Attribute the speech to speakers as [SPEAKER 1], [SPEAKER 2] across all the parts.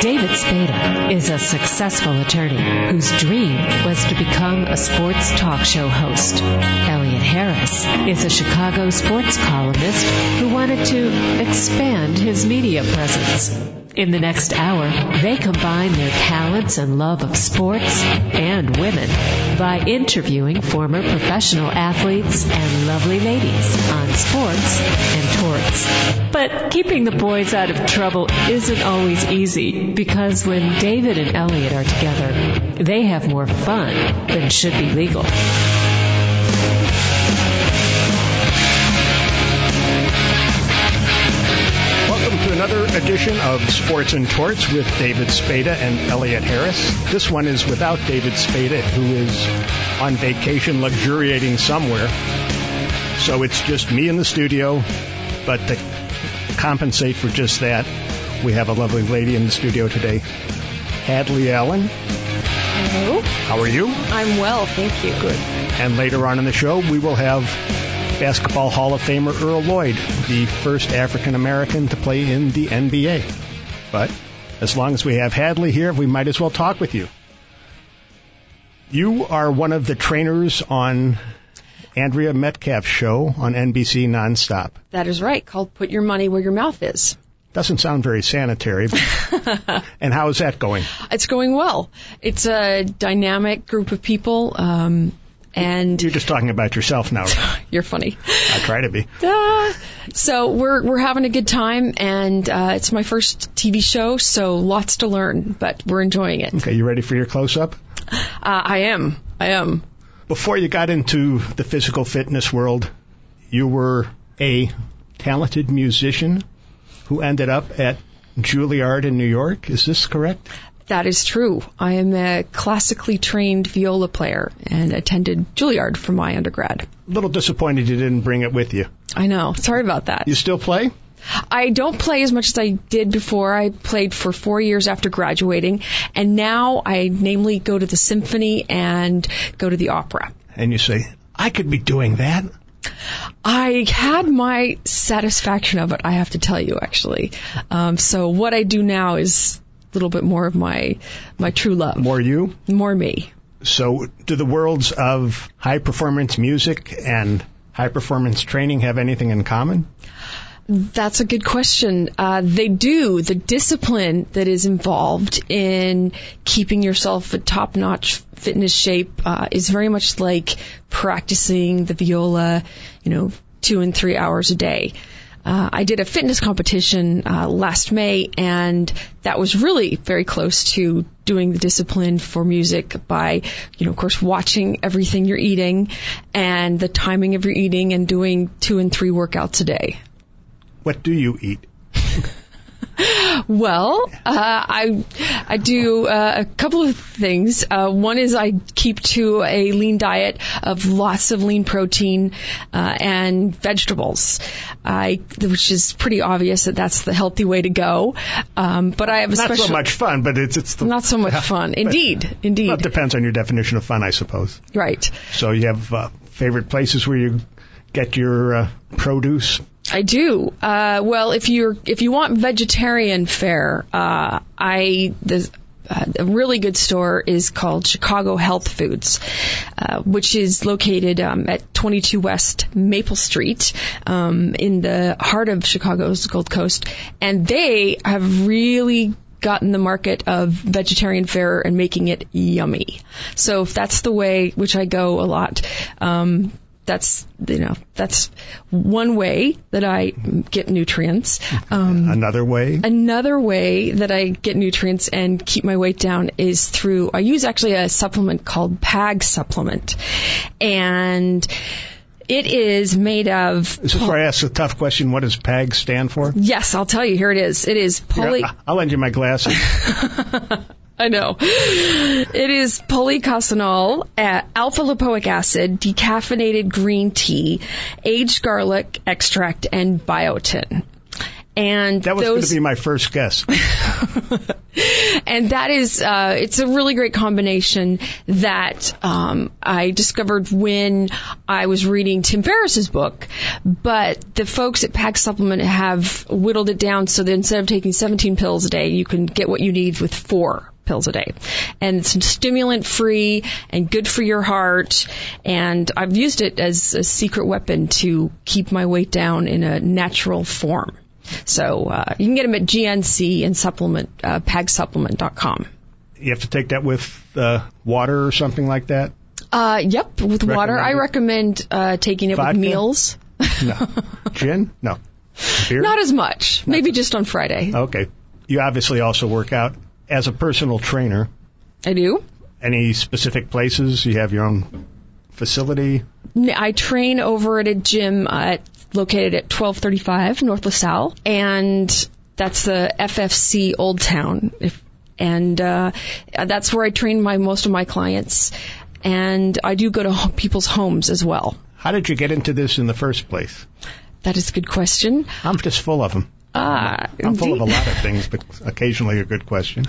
[SPEAKER 1] David Spada is a successful attorney whose dream was to become a sports talk show host. Elliot Harris is a Chicago sports columnist who wanted to expand his media presence. In the next hour, they combine their talents and love of sports and women by interviewing former professional athletes and lovely ladies on sports and torts. But keeping the boys out of trouble isn't always easy because when David and Elliot are together, they have more fun than should be legal.
[SPEAKER 2] Welcome to another edition of Sports and Torts with David Spada and Elliot Harris. This one is without David Spada, who is on vacation luxuriating somewhere. So it's just me in the studio, but to compensate for just that, we have a lovely lady in the studio today, Hadley Allen.
[SPEAKER 3] Hello.
[SPEAKER 2] How are you?
[SPEAKER 3] I'm well, thank you. Good.
[SPEAKER 2] And later on in the show, we will have Basketball Hall of Famer Earl Lloyd, the first African American to play in the NBA. But as long as we have Hadley here, we might as well talk with you. You are one of the trainers on Andrea Metcalf's show on NBC Nonstop.
[SPEAKER 3] That is right. Called Put Your Money Where Your Mouth Is.
[SPEAKER 2] Doesn't sound very sanitary. but- and how is that going?
[SPEAKER 3] It's going well. It's a dynamic group of people, um, and
[SPEAKER 2] You're just talking about yourself now. right?
[SPEAKER 3] you're funny.
[SPEAKER 2] I try to be.
[SPEAKER 3] Ah. so we're we're having a good time, and uh, it's my first TV show, so lots to learn, but we're enjoying it. Uh,
[SPEAKER 2] Okay, you ready for your close up?
[SPEAKER 3] I am. I am.
[SPEAKER 2] before you got into the physical fitness world, you were a talented musician who ended up at Juilliard in New York. Is this correct?
[SPEAKER 3] That is true. I am a classically trained viola player and attended Juilliard for my undergrad.
[SPEAKER 2] A little disappointed you didn't bring it with you.
[SPEAKER 3] I know. Sorry about that.
[SPEAKER 2] You still play?
[SPEAKER 3] I don't play as much as I did before. I played for four years after graduating, and now I namely go to the symphony and go to the opera.
[SPEAKER 2] And you say, I could be doing that.
[SPEAKER 3] I had my satisfaction of it, I have to tell you, actually. Um, so what I do now is a little bit more of my my true love,
[SPEAKER 2] More you.
[SPEAKER 3] more me.
[SPEAKER 2] So, do the worlds of high performance music and high performance training have anything in common?
[SPEAKER 3] That's a good question. Uh, they do. The discipline that is involved in keeping yourself a top notch fitness shape uh, is very much like practicing the viola, you know, two and three hours a day. Uh, I did a fitness competition uh, last May, and that was really very close to doing the discipline for music by, you know, of course, watching everything you're eating and the timing of your eating and doing two and three workouts a day.
[SPEAKER 2] What do you eat?
[SPEAKER 3] Well, uh, I I do uh, a couple of things. Uh, one is I keep to a lean diet of lots of lean protein uh, and vegetables, I which is pretty obvious that that's the healthy way to go. Um, but I have a
[SPEAKER 2] Not
[SPEAKER 3] special
[SPEAKER 2] so much fun, but it's it's the,
[SPEAKER 3] not so much fun. Indeed, indeed,
[SPEAKER 2] well, it depends on your definition of fun, I suppose.
[SPEAKER 3] right.
[SPEAKER 2] So you have uh, favorite places where you get your uh, produce?
[SPEAKER 3] I do. Uh, well, if you're if you want vegetarian fare, uh, I the uh, a really good store is called Chicago Health Foods, uh, which is located um, at 22 West Maple Street um, in the heart of Chicago's Gold Coast, and they have really gotten the market of vegetarian fare and making it yummy. So if that's the way which I go a lot, um, that's you know that's one way that I get nutrients. Um,
[SPEAKER 2] Another way?
[SPEAKER 3] another way that I get nutrients and keep my weight down is through I use actually a supplement called PAG supplement, and it is made of
[SPEAKER 2] Is this where I ask a tough question? What does PAG stand for?
[SPEAKER 3] yes I'll tell you here it is it is poly.
[SPEAKER 2] Here, I- I'll lend you my glasses.
[SPEAKER 3] I know. It is polycosanol, uh, alpha lipoic acid, decaffeinated green tea, aged garlic extract, and biotin. And
[SPEAKER 2] That was going
[SPEAKER 3] those
[SPEAKER 2] to be my first guess.
[SPEAKER 3] and that is uh, it's a really great combination that um, I discovered when I was reading Tim Ferriss's book. But the folks at PAC Supplement have whittled it down so that instead of taking 17 pills a day, you can get what you need with four pills a day. And it's stimulant free and good for your heart. And I've used it as a secret weapon to keep my weight down in a natural form. So uh, you can get them at GNC and supplement, uh, pagsupplement.com.
[SPEAKER 2] You have to take that with uh, water or something like that.
[SPEAKER 3] Uh, yep, with water. I recommend
[SPEAKER 2] Recommended.
[SPEAKER 3] uh, taking it with
[SPEAKER 2] Vodka?
[SPEAKER 3] meals.
[SPEAKER 2] No. Gin? No. Beer?
[SPEAKER 3] Not as much. Maybe just on Friday.
[SPEAKER 2] okay. You obviously also work out as a personal trainer.
[SPEAKER 3] I do.
[SPEAKER 2] Any specific places? You have your own facility?
[SPEAKER 3] N- I train over at a gym uh, located at 1235 North LaSalle, and that's the FFC Old Town. If, and uh, that's where I train my most of my clients. And I do go to ho- people's homes as well.
[SPEAKER 2] How did you get into this in the first place?
[SPEAKER 3] That is a good question.
[SPEAKER 2] I'm just full of them.
[SPEAKER 3] Ah,
[SPEAKER 2] I'm full of
[SPEAKER 3] indeed.
[SPEAKER 2] a lot of things, but occasionally a good question.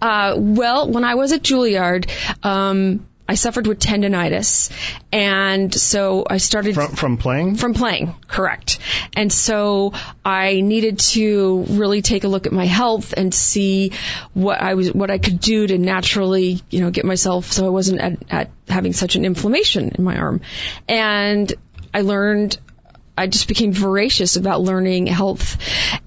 [SPEAKER 3] Uh, well, when I was at Juilliard, um, I suffered with tendonitis, and so I started
[SPEAKER 2] From, from playing?
[SPEAKER 3] from playing, correct. And so I needed to really take a look at my health and see what I was, what I could do to naturally, you know, get myself so I wasn't at, at having such an inflammation in my arm. And I learned, I just became voracious about learning health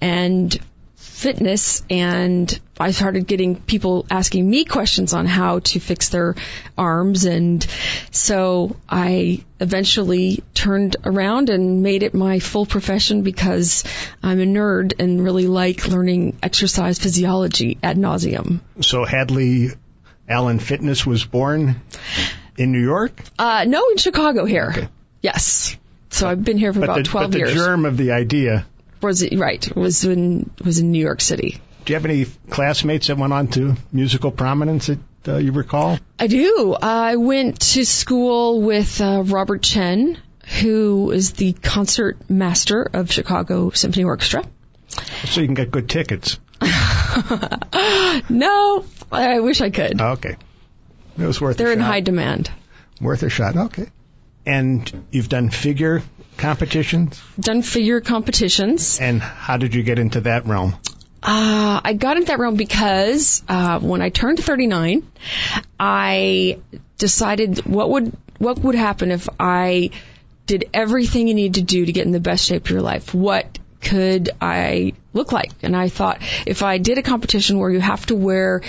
[SPEAKER 3] and fitness and I started getting people asking me questions on how to fix their arms and so I eventually turned around and made it my full profession because I'm a nerd and really like learning exercise physiology ad nauseum.
[SPEAKER 2] so Hadley Allen Fitness was born in New York,
[SPEAKER 3] Uh, no, in Chicago here. Yes. So I've been here for about
[SPEAKER 2] the,
[SPEAKER 3] 12
[SPEAKER 2] but the
[SPEAKER 3] years.
[SPEAKER 2] germ of the idea.
[SPEAKER 3] was it, right. Was in, was in New York City.
[SPEAKER 2] Do you have any classmates that went on to musical prominence that uh, you recall?
[SPEAKER 3] I do. I went to school with uh, Robert Chen, who is the concert master of Chicago Symphony Orchestra.
[SPEAKER 2] So you can get good tickets.
[SPEAKER 3] No, I wish I could.
[SPEAKER 2] Ah, Okay. It was worth
[SPEAKER 3] They're
[SPEAKER 2] a
[SPEAKER 3] in
[SPEAKER 2] shot.
[SPEAKER 3] high demand.
[SPEAKER 2] Worth a shot. Okay. And you've done figure competitions?
[SPEAKER 3] Done figure competitions.
[SPEAKER 2] And how did you get into that realm?
[SPEAKER 3] Uh, I got into that realm because uh, when I turned 39, I decided what would what would happen if I did everything you need to do to get in the best shape of your life. What could I look like? And I thought if I did a competition where you have to wear,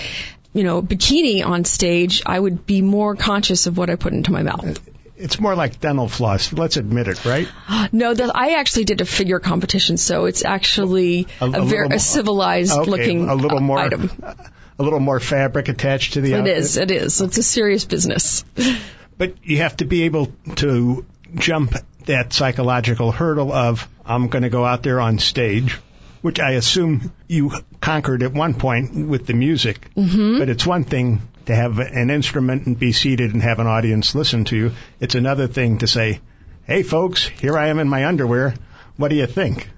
[SPEAKER 3] you know, a bikini on stage, I would be more conscious of what I put into my mouth.
[SPEAKER 2] It's more like dental floss. Let's admit it, right?
[SPEAKER 3] No, that I actually did a figure competition, so it's actually
[SPEAKER 2] A-
[SPEAKER 3] a,
[SPEAKER 2] a
[SPEAKER 3] ver-
[SPEAKER 2] little more-
[SPEAKER 3] a civilized
[SPEAKER 2] Okay,
[SPEAKER 3] looking
[SPEAKER 2] a little
[SPEAKER 3] uh,
[SPEAKER 2] more
[SPEAKER 3] item.
[SPEAKER 2] a little more fabric attached to the
[SPEAKER 3] It
[SPEAKER 2] outfit.
[SPEAKER 3] is. It is. It's a serious business.
[SPEAKER 2] But you have to be able to jump that psychological hurdle of I'm going to go out there on stage, which I assume you conquered at one point with the music. Mm-hmm. But it's one thing to have an instrument and be seated and have an audience listen to you. It's another thing to say, "Hey folks, here I am in my underwear. What do you think?"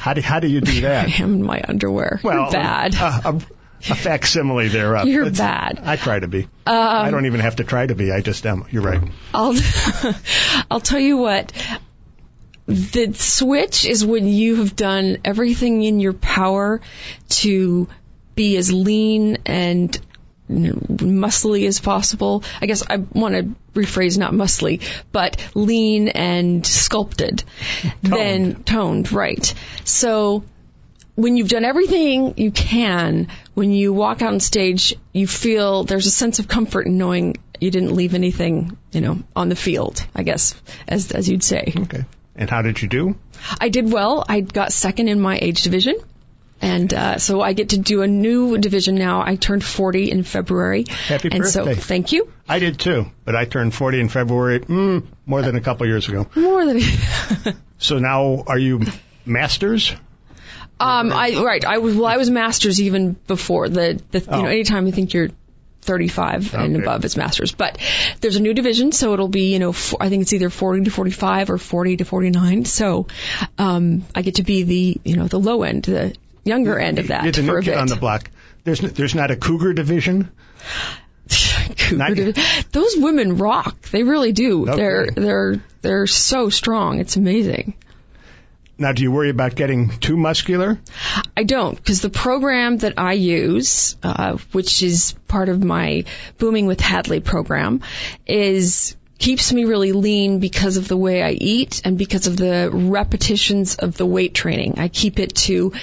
[SPEAKER 2] How do, how do you do that?
[SPEAKER 3] I am in my underwear.
[SPEAKER 2] uh,
[SPEAKER 3] You're bad.
[SPEAKER 2] A, a, a facsimile thereof.
[SPEAKER 3] You're
[SPEAKER 2] That's-
[SPEAKER 3] bad.
[SPEAKER 2] I try to be. I don't even have to try to be. I just am. You're right.
[SPEAKER 3] I'll I'll tell you what. The switch is when you have done everything in your power to be as lean and you know, muscly as possible. I guess I want to rephrase not muscly, but lean and sculpted. Then toned, right. So when you've done everything you can, when you walk out on stage, you feel there's a sense of comfort in knowing you didn't leave anything, you know, on the field, I guess, as, as you'd say.
[SPEAKER 2] Okay. And how did you do?
[SPEAKER 3] I did well. I got second in my age division. And uh, so I get to do a new division now. I turned 40 in February.
[SPEAKER 2] Happy
[SPEAKER 3] and so
[SPEAKER 2] birthday.
[SPEAKER 3] thank you.
[SPEAKER 2] I did too, but I turned 40 in February, mm, more than a couple years ago.
[SPEAKER 3] More than
[SPEAKER 2] So now are you masters?
[SPEAKER 3] um, I right. I was well. I was masters even before the, the you know anytime you think you're 35 and
[SPEAKER 2] Oh. Okay.
[SPEAKER 3] above is masters. But there's a new division, so it'll be, you know, four, I think it's either 40 to 45 or 40 to 49. So, um, I get to be the, you know, the low end, the younger end of that
[SPEAKER 2] You're the
[SPEAKER 3] for
[SPEAKER 2] new
[SPEAKER 3] a
[SPEAKER 2] kid
[SPEAKER 3] bit.
[SPEAKER 2] on the block. There's n- there's not a cougar division.
[SPEAKER 3] Cougar
[SPEAKER 2] Not-
[SPEAKER 3] division. Those women rock. They really do.
[SPEAKER 2] Okay.
[SPEAKER 3] They're, they're, they're so strong. It's amazing.
[SPEAKER 2] Now, do you worry about getting too muscular?
[SPEAKER 3] I don't, because the program that I use, uh, which is part of my Booming with Hadley program, is keeps me really lean because of the way I eat and because of the repetitions of the weight training. I keep it to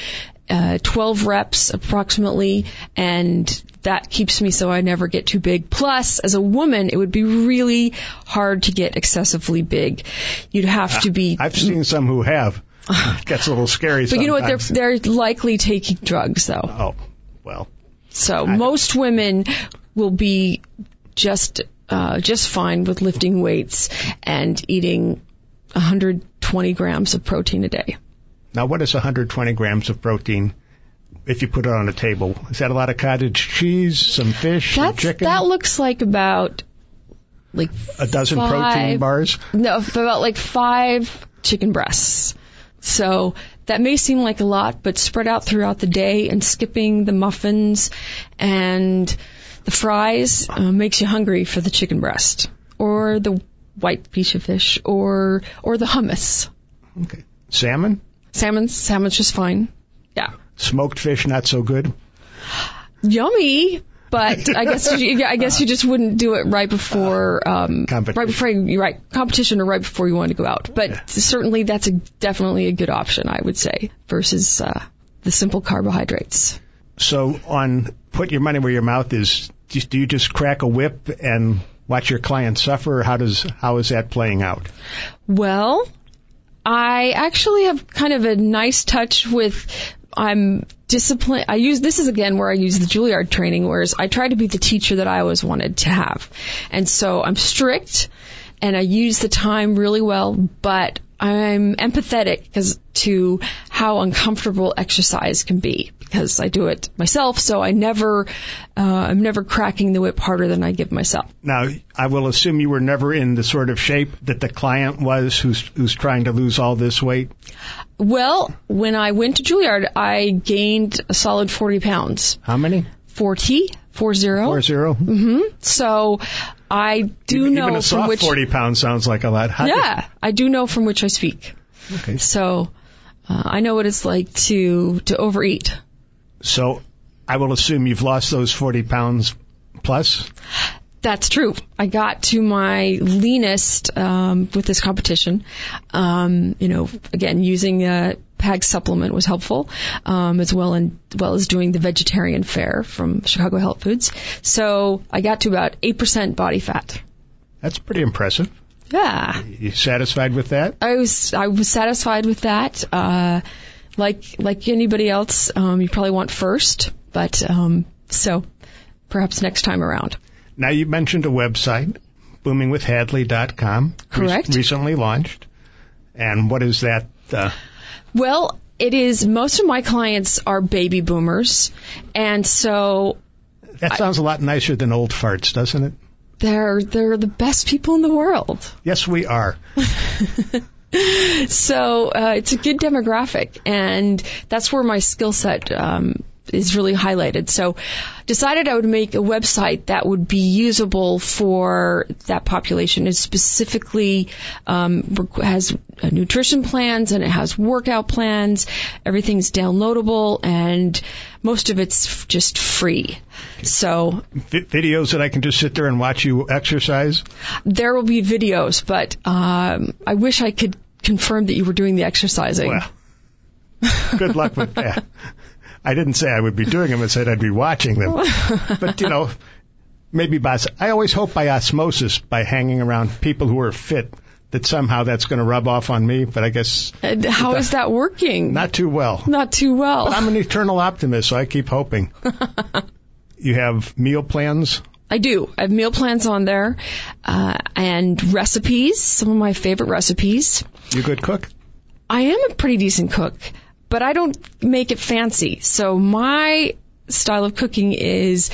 [SPEAKER 3] uh, 12 reps approximately, and that keeps me so I never get too big. Plus, as a woman, it would be really hard to get excessively big. You'd have to be
[SPEAKER 2] I've seen some who have. Gets a little scary.
[SPEAKER 3] but you know what?
[SPEAKER 2] sometimes.
[SPEAKER 3] They're they're likely taking drugs though.
[SPEAKER 2] Oh, well.
[SPEAKER 3] So most women will be just uh, just fine with lifting weights and eating 120 grams of protein a day.
[SPEAKER 2] Now, what is 120 grams of protein if you put it on a table? Is that a lot of cottage cheese, some fish, some
[SPEAKER 3] That's
[SPEAKER 2] chicken,
[SPEAKER 3] that looks like about like
[SPEAKER 2] a dozen protein
[SPEAKER 3] five-
[SPEAKER 2] bars?
[SPEAKER 3] no about like five chicken breasts. So that may seem like a lot, but spread out throughout the day and skipping the muffins and the fries uh, makes you hungry for the chicken breast or the white piece of fish or or the hummus.
[SPEAKER 2] Okay. Salmon?
[SPEAKER 3] Salmon, salmon's just fine. Yeah,
[SPEAKER 2] Smoked fish, not so good.
[SPEAKER 3] yummy. But I guess you, yeah, I guess you just wouldn't do it right before um,
[SPEAKER 2] Competition.
[SPEAKER 3] right before you right competition or right before you want to go out. But certainly that's a definitely a good option I would say versus uh, the simple carbohydrates.
[SPEAKER 2] So, on put your money where your mouth is, do do you just crack a whip and watch your client suffer? Or How does how is that playing out?
[SPEAKER 3] Well, I actually have kind of a nice touch with I'm disciplined. I use this is again where I use the Juilliard training, whereas I try to be the teacher that I always wanted to have, and so I'm strict, and I use the time really well, but I'm empathetic because to how uncomfortable exercise can be because I do it myself, so I never, uh, I'm never cracking the whip harder than I give myself.
[SPEAKER 2] Now, I will assume you were never in the sort of shape that the client was, who's who's trying to lose all this weight.
[SPEAKER 3] Well, when I went to Juilliard, I gained a solid 40 pounds.
[SPEAKER 2] How many?
[SPEAKER 3] 40, 40.
[SPEAKER 2] Four zero.
[SPEAKER 3] So I do
[SPEAKER 2] Even
[SPEAKER 3] know
[SPEAKER 2] a soft
[SPEAKER 3] from which.
[SPEAKER 2] forty pounds sounds like a lot. How-
[SPEAKER 3] Yeah, I do know from which I speak.
[SPEAKER 2] Okay.
[SPEAKER 3] So uh, I know what it's like to to overeat.
[SPEAKER 2] So, I will assume you've lost those forty pounds plus.
[SPEAKER 3] That's true. I got to my leanest um, with this competition. Um, you know, again, using a PAG supplement was helpful, um, as well and well as doing the vegetarian fare from Chicago Health Foods. So I got to about eight percent body fat.
[SPEAKER 2] That's pretty impressive.
[SPEAKER 3] Yeah,
[SPEAKER 2] You satisfied with that?
[SPEAKER 3] I was I was satisfied with that. Uh, like like anybody else, um, you probably want first, but um, so perhaps next time around.
[SPEAKER 2] Now you mentioned a website, boomingwithhadley.com.
[SPEAKER 3] Correct.
[SPEAKER 2] recently launched. And what is that? Uh,
[SPEAKER 3] Well, it is most of my clients are baby boomers, and so
[SPEAKER 2] that sounds a lot nicer than old farts, doesn't it?
[SPEAKER 3] they're they're the best people in the world.
[SPEAKER 2] Yes, we are.
[SPEAKER 3] So uh, it's a good demographic, and that's where my skill set um, is really highlighted. So decided I would make a website that would be usable for that population. It specifically um, requ- has uh, nutrition plans and it has workout plans. Everything's downloadable, and most of it's f- just free. So
[SPEAKER 2] Vi videos that I can just sit there and watch you exercise.
[SPEAKER 3] there will be videos, but um, I wish I could confirm that you were doing the exercising.
[SPEAKER 2] Well, good luck with that. I didn't say I would be doing them. I said I'd be watching them. But you know, maybe by os- I always hope by osmosis, by hanging around people who are fit, that somehow that's going to rub off on me. But I guess
[SPEAKER 3] And how is that working?
[SPEAKER 2] not too well.
[SPEAKER 3] Not too well.
[SPEAKER 2] I'm an eternal optimist, so I keep hoping. you have meal plans.
[SPEAKER 3] I do. I have meal plans on there, uh, and recipes. Some of my favorite recipes.
[SPEAKER 2] You a good cook?
[SPEAKER 3] I am a pretty decent cook, but I don't make it fancy. So my style of cooking is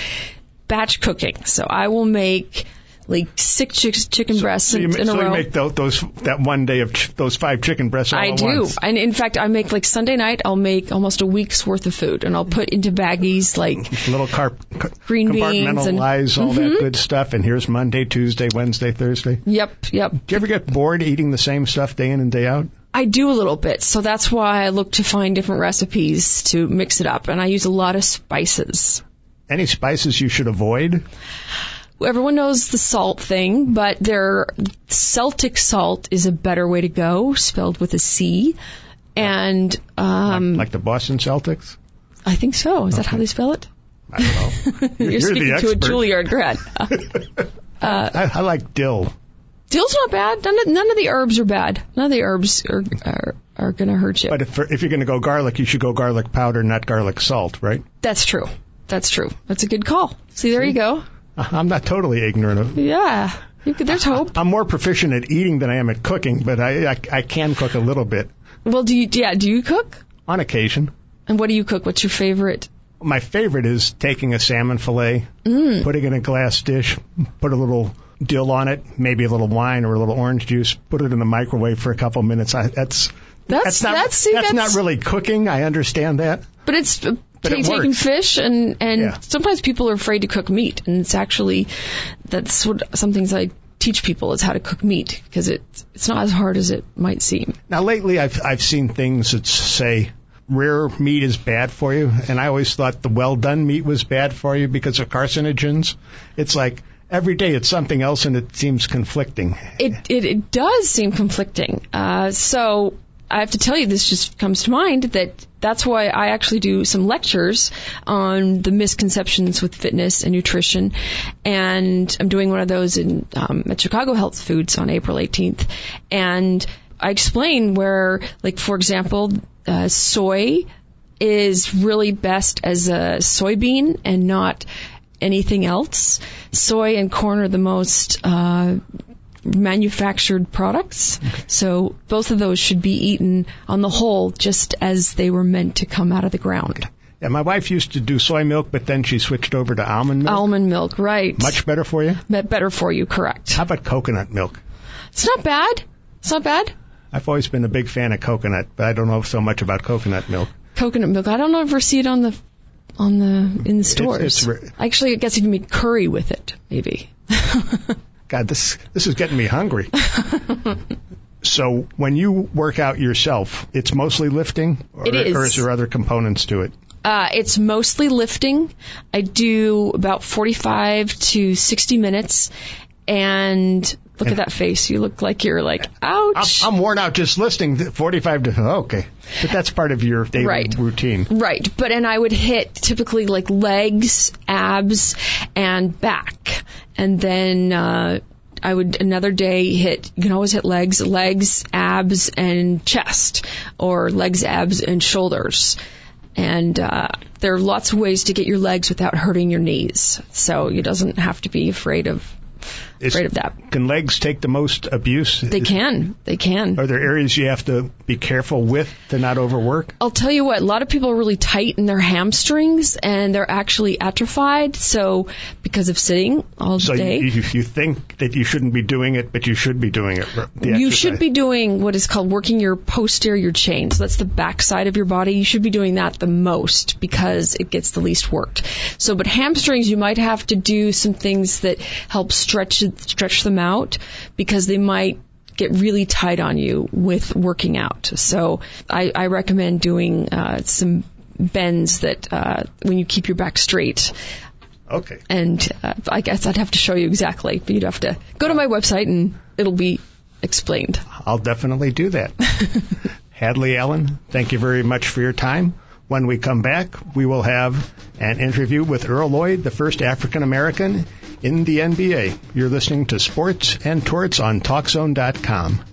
[SPEAKER 3] batch cooking. So I will make like six chick- chicken breasts
[SPEAKER 2] So you,
[SPEAKER 3] in,
[SPEAKER 2] ma-
[SPEAKER 3] in
[SPEAKER 2] so
[SPEAKER 3] a
[SPEAKER 2] you
[SPEAKER 3] row.
[SPEAKER 2] make tho- those that one day of ch- those five chicken breasts all
[SPEAKER 3] I
[SPEAKER 2] at
[SPEAKER 3] do.
[SPEAKER 2] once.
[SPEAKER 3] And in fact, I make like Sunday night, I'll make almost a week's worth of food and I'll put into baggies like
[SPEAKER 2] Little carp, c-
[SPEAKER 3] Green beans and- Mm-hmm.
[SPEAKER 2] compartmentalize all that good stuff. And here's Monday, Tuesday, Wednesday, Thursday. Do
[SPEAKER 3] yep, yep.
[SPEAKER 2] you ever get bored eating the same stuff day in and day out?
[SPEAKER 3] I do a little bit. So that's why I look to find different recipes to mix it up and I use a lot of spices.
[SPEAKER 2] Any spices you should avoid?
[SPEAKER 3] Everyone knows the salt thing, but their Celtic salt is a better way to go, spelled with a C. And um,
[SPEAKER 2] like the Boston Celtics?
[SPEAKER 3] I think so. Is that how they spell it?
[SPEAKER 2] I don't know.
[SPEAKER 3] You're, speaking
[SPEAKER 2] the
[SPEAKER 3] to a
[SPEAKER 2] expert.
[SPEAKER 3] Juilliard grad. Uh,
[SPEAKER 2] I, I like dill.
[SPEAKER 3] Dill's not bad. None of, none of the herbs are bad. None of the herbs are are, are going to hurt you.
[SPEAKER 2] But if, if you're going to go garlic, you should go garlic powder, not garlic salt, right?
[SPEAKER 3] That's true. That's true. That's a good call. See, there you go.
[SPEAKER 2] Uh-huh. I'm not totally ignorant of.
[SPEAKER 3] Yeah. You could, there's hope.
[SPEAKER 2] I'm more proficient at eating than I am at cooking, but I, I I can cook a little bit
[SPEAKER 3] Well, do you? Yeah. Do you cook?
[SPEAKER 2] on occasion.
[SPEAKER 3] And what do you cook? What's your favorite?
[SPEAKER 2] My favorite is taking a salmon fillet, putting it in a glass dish, put a little dill on it, maybe a little wine or a little orange juice, put it in the microwave for a couple minutes. I, that's
[SPEAKER 3] That's
[SPEAKER 2] that's not
[SPEAKER 3] that's, see, that's,
[SPEAKER 2] not really cooking. I understand that.
[SPEAKER 3] But it's but
[SPEAKER 2] it
[SPEAKER 3] taking
[SPEAKER 2] works.
[SPEAKER 3] fish and and
[SPEAKER 2] Yeah.
[SPEAKER 3] sometimes people are afraid to cook meat, and it's actually that's what some things I teach people is how to cook meat because it's it's not as hard as it might seem.
[SPEAKER 2] Now lately, I've I've seen things that say rare meat is bad for you, and I always thought the well done meat was bad for you because of carcinogens. It's like every day it's something else, and it seems conflicting.
[SPEAKER 3] it, it, it does seem conflicting. Uh, so I have to tell you, this just comes to mind that that's why I actually do some lectures on the misconceptions with fitness and nutrition. And I'm doing one of those in, um, at Chicago Health Foods on April 18th. And I explain where, like, for example, uh, soy is really best as a soybean and not anything else. Soy and corn are the most uh, manufactured products. So both of those should be eaten on the whole just as they were meant to come out of the ground.
[SPEAKER 2] And my wife used to do soy milk, but then she switched over to almond milk.
[SPEAKER 3] Almond milk, right.
[SPEAKER 2] Much better for you.
[SPEAKER 3] Be- better for you, correct.
[SPEAKER 2] How about coconut milk?
[SPEAKER 3] It's not bad. It's not bad.
[SPEAKER 2] I've always been a big fan of coconut, but I don't know so much about coconut milk.
[SPEAKER 3] Coconut milk. I don't know if we see it on the on the in the stores.
[SPEAKER 2] it's re-
[SPEAKER 3] Actually, I guess you can make curry with it, maybe.
[SPEAKER 2] God, this this is getting me hungry. so when you work out yourself, it's mostly lifting, or,
[SPEAKER 3] It is.
[SPEAKER 2] or is there other components to it?
[SPEAKER 3] Uh, it's mostly lifting. I do about 45 to 60 minutes. And look at that face. You look like you're like,
[SPEAKER 2] I'm,
[SPEAKER 3] ouch.
[SPEAKER 2] I'm worn out just listening. to 45 to oh, okay, but that's part of your daily
[SPEAKER 3] Right.
[SPEAKER 2] routine.
[SPEAKER 3] Right, but and I would hit typically like legs, abs, and back, and then uh, I would another day hit. You can always hit legs, legs, abs, and chest, or legs, abs, and shoulders. And uh, there are lots of ways to get your legs without hurting your knees, so you doesn't have to be afraid of
[SPEAKER 2] Is-
[SPEAKER 3] afraid of that.
[SPEAKER 2] Can legs take the most abuse?
[SPEAKER 3] They can, they can.
[SPEAKER 2] Are there areas you have to be careful with to not overwork?
[SPEAKER 3] I'll tell you what, a lot of people are really tight in their hamstrings and they're actually atrophied. So, because of sitting all
[SPEAKER 2] So
[SPEAKER 3] day,
[SPEAKER 2] you, if you think that you shouldn't be doing it, but you should be doing it. the
[SPEAKER 3] you
[SPEAKER 2] exercise.
[SPEAKER 3] should be doing what is called working your posterior chain. So that's the back side of your body. You should be doing that the most because it gets the least worked. So, but hamstrings, you might have to do some things that help stretch stretch them out because they might get really tight on you with working out. So I, I recommend doing uh, some bends that uh, when you keep your back straight
[SPEAKER 2] Okay.
[SPEAKER 3] and uh, I guess I'd have to show you exactly, but you'd have to go to my website and it'll be explained.
[SPEAKER 2] I'll definitely do that. Hadley Allen, thank you very much for your time. When we come back, we will have an interview with Earl Lloyd, the first African American in the NBA. You're listening to Sports and Torts on TalkZone.com.